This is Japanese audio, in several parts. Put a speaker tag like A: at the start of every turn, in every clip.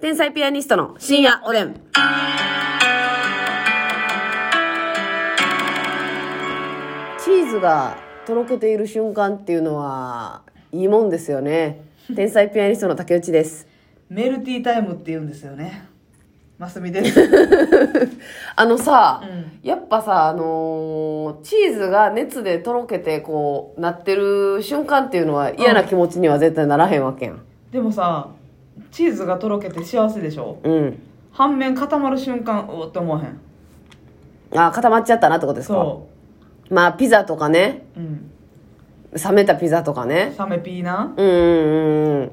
A: 天才ピアニストの深夜おでん。チーズがとろけている瞬間っていうのは、いいもんですよね。天才ピアニストの竹内です。
B: メルティータイムって言うんですよね。マスミです。
A: あのさ、
B: う
A: やっぱさ、あのーチーズが熱でとろけてこう、なってる瞬間っていうのは嫌な気持ちには絶対ならへんわけやん。
B: でもさ、チーズがとろけて幸せでしょ
A: うん。
B: 反面固まる瞬間、おーって思わへん。
A: あ、固まっちゃったなってことですか
B: そ
A: まあ、ピザとかね、
B: う。うん。
A: 冷めたピザとかね。
B: サメピーな。
A: うんうんうんうん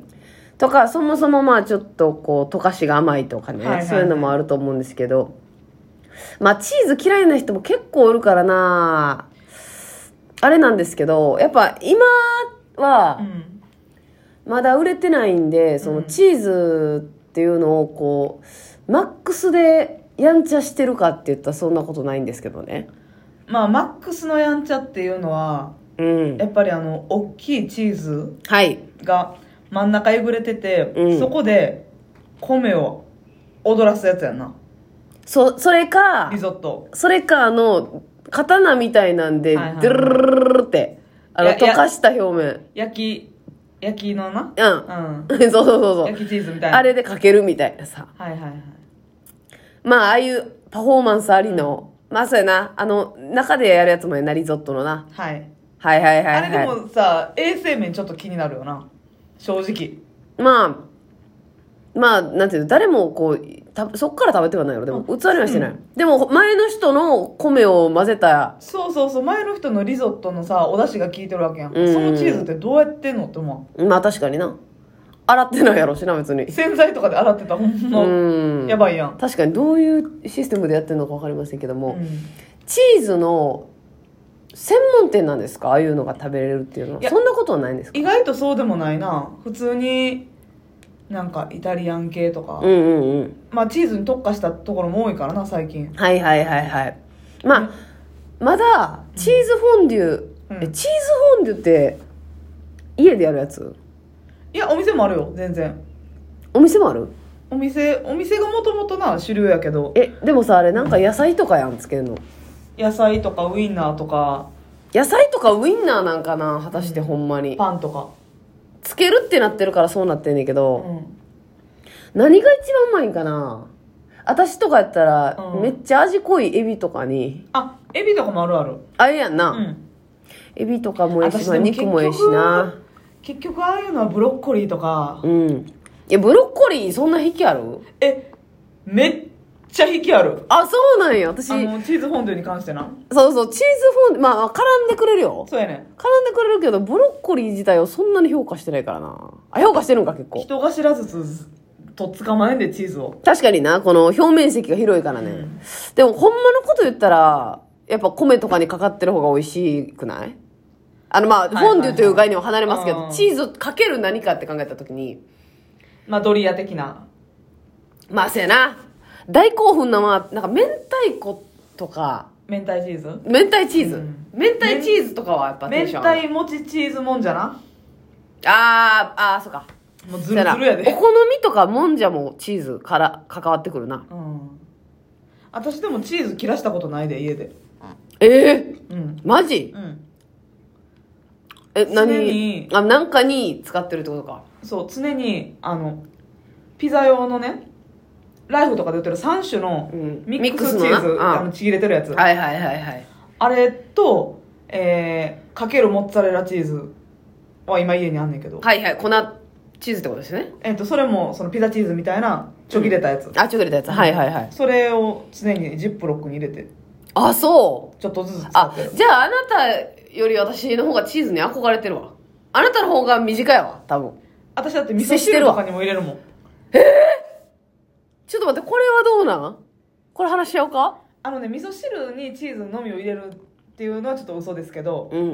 A: とかそもそもまあちょっとこう溶かしが甘いとかね、
B: はいはいはい
A: そういうのもあると思うんですけどまあチーズ嫌いな人も結構おるからなあれなんですけどやっぱ今
B: う
A: は
B: ん。
A: まだ売れてないんでそのチーズっていうのをこうマックスでやんちゃしてるかって言ったらそんなことないんですけどね
B: まあ、マックスのやんちゃっていうのは、
A: うん
B: やっぱりあの、大きいチーズ
A: はい
B: が真ん中えぐれてて、
A: うん
B: そこで米を踊らすやつやんな。
A: そそれか
B: リゾット。
A: それか、あの、刀みたいなんで、ド
B: はいはい
A: ゥルルルルルルって、あの、
B: いやいや
A: 溶かした表
B: 焼き、焼きのな。
A: 面。
B: うん。
A: うん。そうそうそう
B: 焼
A: そう。
B: きチーズみたいな。
A: あれでかけるみたいなさ。
B: はいはいはい。
A: まあ、ああいうパフォーマンスありの、まあそうやな、あの、中でやるやつもやな、リゾットのな。
B: はい。
A: はいはいはい、はい。
B: あれでもさ、衛生面ちょっと気になるよな。正直。
A: まあ、まあ、なんていうの、誰もこう、たそっから食べてはないよ。でも、器にはしてない。でも、前の人の米を混ぜた、
B: そうそうそう、前の人のリゾットのさ、お出汁が効いてるわけやん。
A: うん
B: そのチーズってどうやってんのって思
A: まあ確かにな。洗ってないやろしな、別に
B: う。。洗剤とかで洗ってた、ほん
A: う
B: ま。
A: ん。
B: やばいやん。
A: 確かにどういうシステムでやってるのか分かりませんけども、
B: うん
A: チーズの専門店なんですかああいうのが食べれるっていうの
B: い
A: は
B: や
A: そんなことはないんですか
B: 意外とそうでもないな。普通に、なんかイタリアン系とか。
A: うんうんうん
B: まあチーズに特化したところも多いからな、最近。
A: はいはいはいはいまあまだチーズフォンデュ、
B: うん
A: えチーズフォンデュって家でやるやつ
B: いや、お店もあるよ、全然。
A: お店もある
B: お店、お店がもともとな、主流やけど、
A: えでもさあれなんか野菜とかやんつけんの
B: 野菜とかウインナーとか、
A: 野菜とかウインナーなんかな果たしてほんまに
B: パンとか。
A: つけるってなってるからそうなってんねんけど、
B: うん。
A: 何が一番うまいんかな私とかやったら、
B: うん
A: めっちゃ味濃いエビとかに
B: あ、エビとかもあるある。
A: あれやんな、
B: うん。
A: エビとかもやし
B: 私
A: まあ
B: でも
A: 肉もやしな
B: 結局ああいうのはブロッコリーとか、
A: うんいやブロッコリーそんな引きある
B: え、めっちゃ引きある。
A: あそうなんや私
B: あの、チーズフォンデュに関してな。
A: そうそうチーズフォンデュまあまあ絡んでくれるよ
B: そうやねん。
A: 絡んでくれるけどブロッコリー自体をそんなに評価してないからなあ評価してるんか結構
B: 人が知らずつ、とっ捕まえんで、チーズを。
A: 確かになこの表面積が広いからね、
B: うん
A: でもほんまのこと言ったらやっぱ米とかにかかってる方が美味しくないあのまあ、
B: いはいはい
A: フォンデュという概念は離れますけど、
B: うん
A: チーズをかける何かって考えた時に
B: まあ、ドリア的な。
A: まあせやな大興奮なまあなんか明太子とか
B: 明太チーズ
A: 明太チーズ、
B: うん
A: 明太チーズとかはやっぱテ
B: 明
A: ンション上がる
B: 太もちチーズもんじゃな。
A: あーあーそうか
B: もう
A: そ
B: ズ
A: や
B: ル
A: な
B: ズルや
A: お
B: で。
A: 好みとかもんじゃもチーズから関わってくるな
B: うん。私でもチーズ切らしたことないで、家で。
A: ええ
B: うん。
A: マジ
B: うん。
A: え
B: 常
A: 何
B: に
A: あなんかに使ってるってことか
B: そう、常に、あの、ピザ用のね、ライフとかで売ってる3種の
A: うん
B: ミックスチーズ、
A: ミックスのなうん
B: あのちぎれてるやつ。
A: はいはいはいはい
B: あれと、えー、かけるモッツァレラチーズは今家にあんねんけど、
A: はいはい粉チーズってことですね
B: えっとそれもそのピザチーズみたいなちょぎれたやつ、
A: あちょっと入れたやつはいはいはい
B: それを常にジップロックに入れて
A: あそう
B: ちょっとずつ使
A: あ
B: ってる
A: じゃああなたより私の方がチーズに憧れてるわあなたの方が短いわ多分
B: 私だって味
A: 接
B: 噌
A: して
B: 汁
A: るわ
B: とかにも入れるもん
A: ちょっと待って、これはどうなんこれ話し合おうか
B: あのね味噌汁にチーズのみを入れるっていうのはちょっと嘘ですけど
A: うん。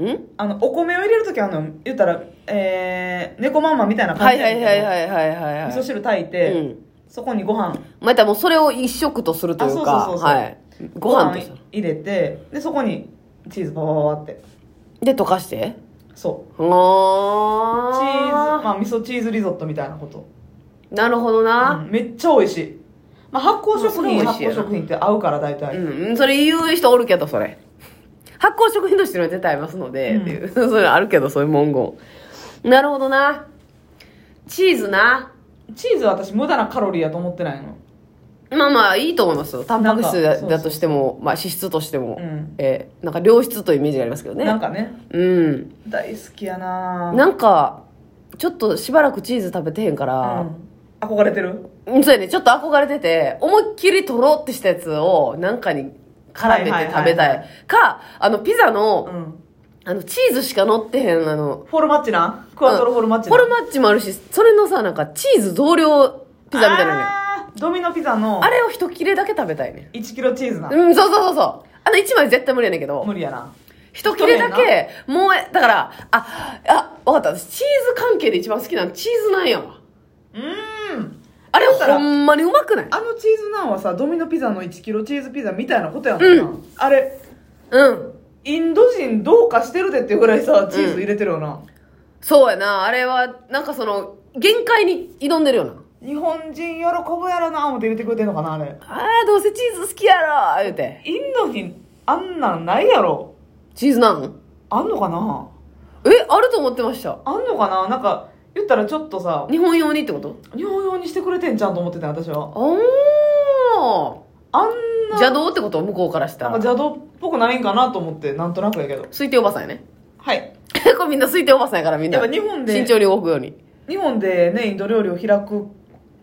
A: ん
B: あのお米を入れる時あの言ったらえー、猫まんまみたいな感
A: は
B: じ
A: いはいはいはいいはいはいはい。
B: 味噌汁炊いて、
A: うん。
B: そこにご飯
A: またもうそれを一食とするというか、
B: あそうそうそうそう
A: はい。ご飯として
B: 入れてでそこにチーズババババって
A: で、溶かして。
B: そう
A: あー。
B: チーズ、まあ、味噌チーズリゾットみたいなこと。
A: なるほどな、
B: うんめっちゃ美味しい、まあ、発酵
A: まあそ
B: 食
A: れは
B: 品
A: 美味しいや
B: 発酵
A: な
B: 食品って合うから大体、
A: うん、それ言う人おるけど、それ。発酵食品としてのは絶対ありますので、
B: うん
A: っていう。 それあるけど、そういう文言。なるほどな。チーズな。
B: チーズは私無駄なカロリーやと思ってないの
A: まあまあ、いいと思いますよ。タンパク質
B: なん
A: だ
B: かそうそう
A: だとしても、まあ脂質としても、
B: うん
A: えーなんか良質というイメージがありますけど
B: なん
A: ね。
B: かね
A: うん。
B: 大好きやなぁ
A: なんか、ちょっとしばらくチーズ食べてへんか
B: う
A: ら、
B: ん憧れてる
A: うん、そうやね。ちょっと憧れてて、思いっきりとろってしたやつを、なんかに絡めて食べ
B: はいはい
A: た
B: はいはい
A: い。か、あの、ピザの、
B: うん
A: あの、チーズしか乗ってへん、あの、
B: フォルマッチなクワトロフォルマッチ
A: フ
B: な
A: ォルマッチもあるし、それのさ、なんか、チーズ増量ピザみたいなのね。
B: あードミノピザの
A: あれを一切れだけ食べたいね。
B: 1キロチーズな
A: うん、そうそうそうそう。あの、一枚絶対無理やねんけど
B: 無、理やな
A: 一切れだけ、もう、だから、あ、あ、わかった。私チーズ関係で一番好きなのチーズなんやわ。
B: うーん
A: あれ
B: だったら
A: ほんまにうまくない
B: あのチーズナンはさドミノピザの1キロチーズピザみたいなことやんな、
A: う
B: あれ
A: うん。
B: インド人どうかしてるでっていうぐらいさチーズ入れてるよな、
A: そうやな。あれは、なんかその、限界に挑んでるよな。
B: 日本人喜ぶやろな思って入れてくれてんのかなあれ
A: あー、どうせチーズ好きやろ言うて。
B: インドにあんなんないやろ
A: チーズなん
B: あんのかな
A: え、あると思ってました。
B: あんのかななんか言ったらちょっとさ
A: 日本用にってこと
B: 日本用にしてくれてんじゃんと思ってた私は
A: お
B: あん
A: ー
B: な
A: 邪道ってこと向こうからした
B: なんか
A: ら
B: 邪道っぽくないんかなと思ってなんとなくやけど
A: 推定おばさんやね
B: はい
A: これみんな推定おばさんやからみんな
B: やっぱ日本で
A: 慎重に動くように
B: 日本でねインド料理を開く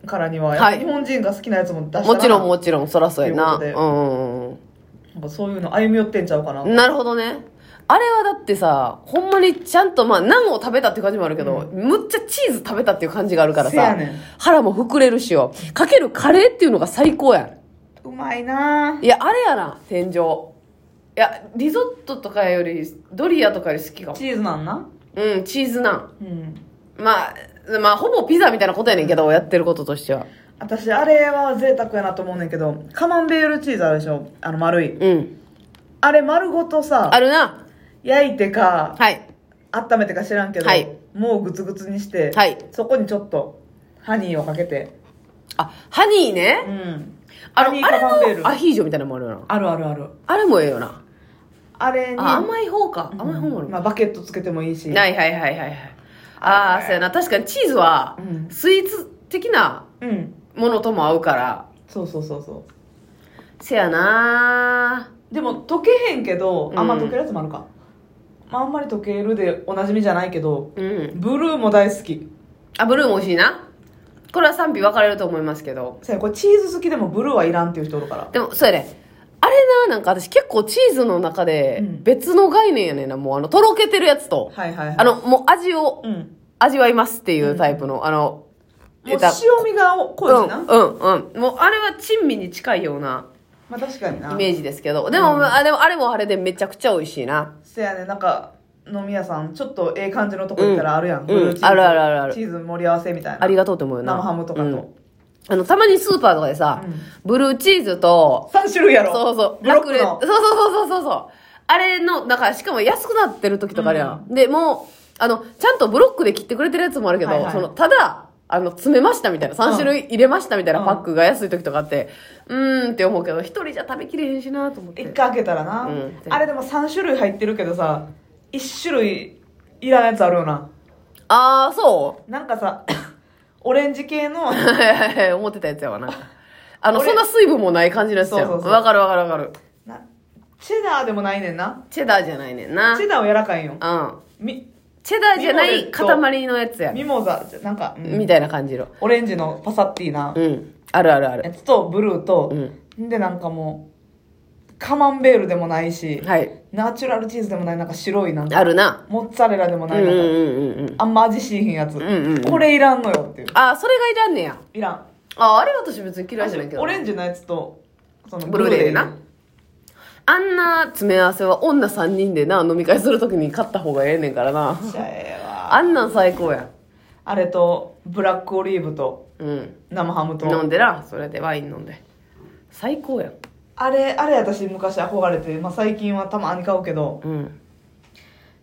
B: からには、
A: はい
B: 日本人が好きなやつも出したら
A: もちろんもちろんそらそうやなう
B: というんこ
A: うんうん
B: なんかそういうの歩み寄ってんちゃうかな、
A: うんなるほどねあれはだってさほんまにちゃんとまあナンを食べたっていう感じもあるけど、
B: う
A: むっちゃチーズ食べたっていう感じがあるから
B: せや
A: さ、
B: ねん
A: 腹も膨れるしよかけるカレーっていうのが最高やん
B: うまいない
A: やあれやな天井いやリゾットとかよりドリアとかより好きかも
B: チーズなんな
A: うんチーズナン
B: うん
A: まあ、まあ、ほぼピザみたいなことやねんけど、やってることとしては。
B: 私あれは贅沢やなと思うねんけどカマンベールチーズあるでしょあの丸い
A: うん。
B: あれ丸ごとさ
A: あるな。
B: 焼いてか
A: はい。
B: 温めてか知らんけど、
A: はい
B: もうグツグツにして、
A: はい
B: そこにちょっとハニーをかけて
A: あ、ハニー
B: う
A: ね。
B: ん
A: あ
B: ハニ
A: の、
B: ー
A: あ
B: カマンベ
A: れ
B: ール
A: のアヒージョみたいなのもあるよな。
B: あるあるある
A: あれもええよな。
B: あれに
A: あ、甘い方か。甘い方もある。
B: まあ、バケットつけてもいいし
A: はいはいはいはいはい。ああ、そうやな。確かにチーズは
B: うん、
A: スイーツ的な
B: うん
A: ものとも合うから。
B: そうそうそうそ
A: せやな
B: うでも溶けへんけどあんま
A: うん
B: 溶けるやつもあるか、まあ、あんまり溶けるでおなじみじゃないけど
A: うん。
B: ブルーも大好き
A: あ、ブルーも美味しいな。これは賛否分かれると思いますけど。
B: せやこれチーズ好きでもブルーはいらんっていう人おるから
A: でも、そうやね。あれな、なんか私結構チーズの中で
B: うん
A: 別の概念やねんな。もうあの、とろけてるやつと、
B: はいはいはい
A: あの、もう味を
B: う、ん
A: 味わいますっていうタイプの、あの、
B: もう
A: た
B: 塩味が濃いしな、
A: うん、うん、うん。もうあれは珍味に近いような
B: まあ確かにな
A: イメージですけど。でも、あでもあれもあれでめちゃくちゃ美味しいな。
B: せやねなんか飲み屋さんちょっとええ感じのとこ行ったらあるやん、
A: ん
B: ブルーチーズ
A: あるあるあるある
B: チーズ盛り合わせみたいな
A: ありがとうと思うよな。
B: 生ハムとかと、
A: うんあの、たまにスーパーとかでさ、
B: うん
A: ブルーチーズと、
B: 3種類やろ
A: そうそう、
B: ブロック
A: ラ
B: の
A: クレそうそうそうそうそう。あれの、だからしかも安くなってる時とかあるやん。で、もう、あの、ちゃんとブロックで切ってくれてるやつもあるけど、
B: はいはい
A: その、ただ、あの、詰めましたみたいな、3種類入れましたみたいなパックが安い時とかあって、うーんって思うけど、一人じゃ食べきれへんしなと思っ
B: 一
A: て。
B: 回開けたらな、
A: うん
B: あれでも3種類入ってるけどさ1種類いらんやつあるよな
A: あー、そ
B: なんかさ オレンジ系の
A: う 思ってたやつやわな。あの、
B: 俺
A: そんな水分もない感じのやつやん。
B: そうそうそう
A: わかるわかるわかる。
B: なチェダーでもないねんな
A: チェダーじゃないねんな。
B: チェダーは柔らかいんよ
A: うん。
B: み
A: チェダーじゃな
B: ミモ
A: い
B: レット
A: 塊のやつや。
B: ミモザじゃなんか、うん
A: みたいな感じの。
B: オレンジのパサッティな
A: うん。あるあるあ
B: や
A: る。
B: つとブルーと
A: う、
B: でなんかもうカマンベールでもないし、
A: はい。
B: ナチュラルチーズでもないなんか白いなんか
A: あるな。
B: モッツァレラでも
A: う
B: なんいな
A: うんん
B: か、
A: うんうん。
B: あんま味しいひんやつ、
A: んうん
B: これいらんのよっていう
A: あ、それがいらんねや。
B: いらん
A: あ、あれ私別に嫌いじゃないけど。
B: オレンジのやつとその
A: ブルーレイな。あんな詰め合わせは女3人でな、飲み会するときに買った方がええねんからな。
B: じゃあええわ
A: あんなん最高や
B: あれとブラックオリーブと
A: ん。うん。
B: 生ハムと
A: 飲んでな、それでワイン飲んで。最高やん。
B: あれあれ私昔憧れて、まあ、最近はたまに買うけど
A: うん。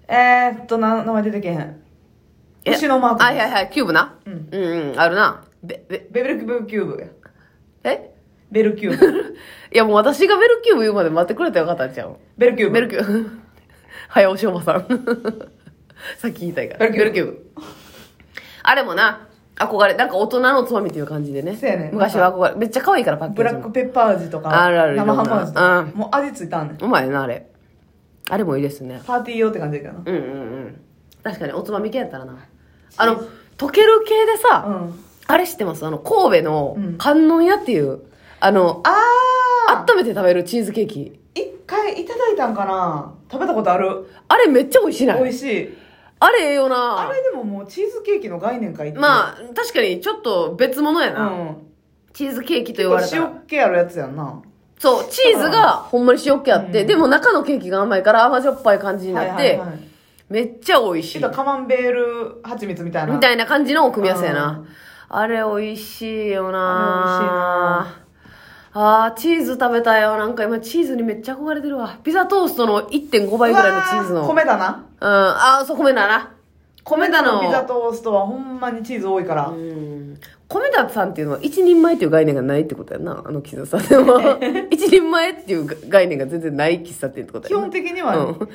B: えー、っとな名前出てけへん牛のマーク
A: はいはいはい、キューブな。
B: うん
A: うんうん、あるな。べべ
B: ベルベルキューブや。
A: え
B: ベルキューブ。
A: いやもう私がベルキューブ言うまで待ってくれたらよかったんちゃう
B: ベルキューブ。
A: ベルキュー ブ早押しおばさん さっき言いたいから
B: ベルキュ
A: ベ
B: ー
A: ルキューブあれもな憧れなんか大人のつまみっていう感じでね
B: そうやね
A: 昔は憧れめっちゃ可愛いからパッケージ
B: ブ
A: も
B: ラックペッパー味とか、
A: あるある
B: 生ハム味とか、
A: うん
B: もう味ついたんねん。
A: うまいなあれあれもいいですね
B: パーティー用って感じやけど
A: うんうんうん確かにおつまみ系やったらなあの溶ける系でさ、
B: な。うん。
A: あれ知ってますあの神戸の
B: うん
A: 観音屋っていう、あの
B: あー
A: 温めて食べるチーズケーキ
B: 一回いただいたんかな食べたことある。
A: あれめっちゃ美味しいな
B: 美味しい。
A: あれええよな
B: あれでももうチーズケーキの概念かいって。
A: まあ確かにちょっと別物や
B: う
A: な、
B: ん。
A: チーズケーキと言
B: こ
A: わ
B: れ
A: れたら
B: 塩気あるやつやんな。
A: そうチーズがほんまに塩気あって、
B: うん
A: でも中のケーキが甘いから甘じょっぱい感じになって、
B: はいはいはい
A: めっちゃ美味し
B: ちょ
A: い
B: っとカマンベール蜂蜜みたいな。
A: みたいな感じの組み合わせや
B: う
A: な。あれ美味しいよ
B: あ
A: なあーチーズ食べたよ。なんか今チーズにめっちゃ憧れてるわ。ピザトーストの1.5倍ぐらいのチーズの。
B: うわ米だな。
A: うん。あーそう、米だな。米だの。
B: ピザトーストはほんまにチーズ多いから。
A: うん。米田さんっていうのは一人前っていう概念がないってことやんな。あの喫茶店 は。一人前っていう概念が全然ない喫茶店ってこと
B: 基
A: やんな。
B: 本的には
A: うん。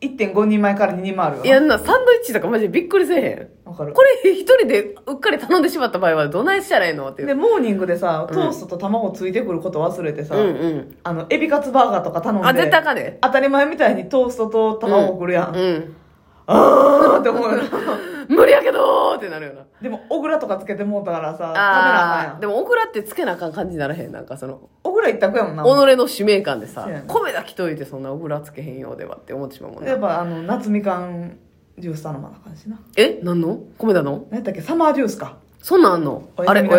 B: 1.5人前から2人前あるよ
A: いやんな、サンドイッチとかマジでびっくりせえへん。
B: わかる
A: これ一人でうっかり頼んでしまった場合はどないしたらいいのっていう。
B: でモーニングでさトーストと卵ついてくること忘れてさ、
A: うんうん。
B: あのエビカツバーガーとか頼んで
A: あ、絶対あかんね。
B: 当たり前みたいにトーストと卵くるやん、
A: うん。
B: あーって思うよ な
A: 無理やけどーってなるよな。
B: でも小倉とかつけてもうたからさ食べなあ
A: あ
B: かん
A: ー
B: や
A: で
B: ん
A: もオクラってつけなあかん感じにならへん。なんかその、
B: 小倉一択やもんな
A: 己の使命感でさ
B: そうや、な
A: 米だけといてそんなオクラつけへんようではって思ってしまうもん
B: やっ
A: ね。
B: ぱあの夏みかんジュース頼まなあかんしな
A: えなんの米だの
B: 何やったっけサマージュースか
A: そんなんあんの
B: おやすみ
A: あれ、
B: なさい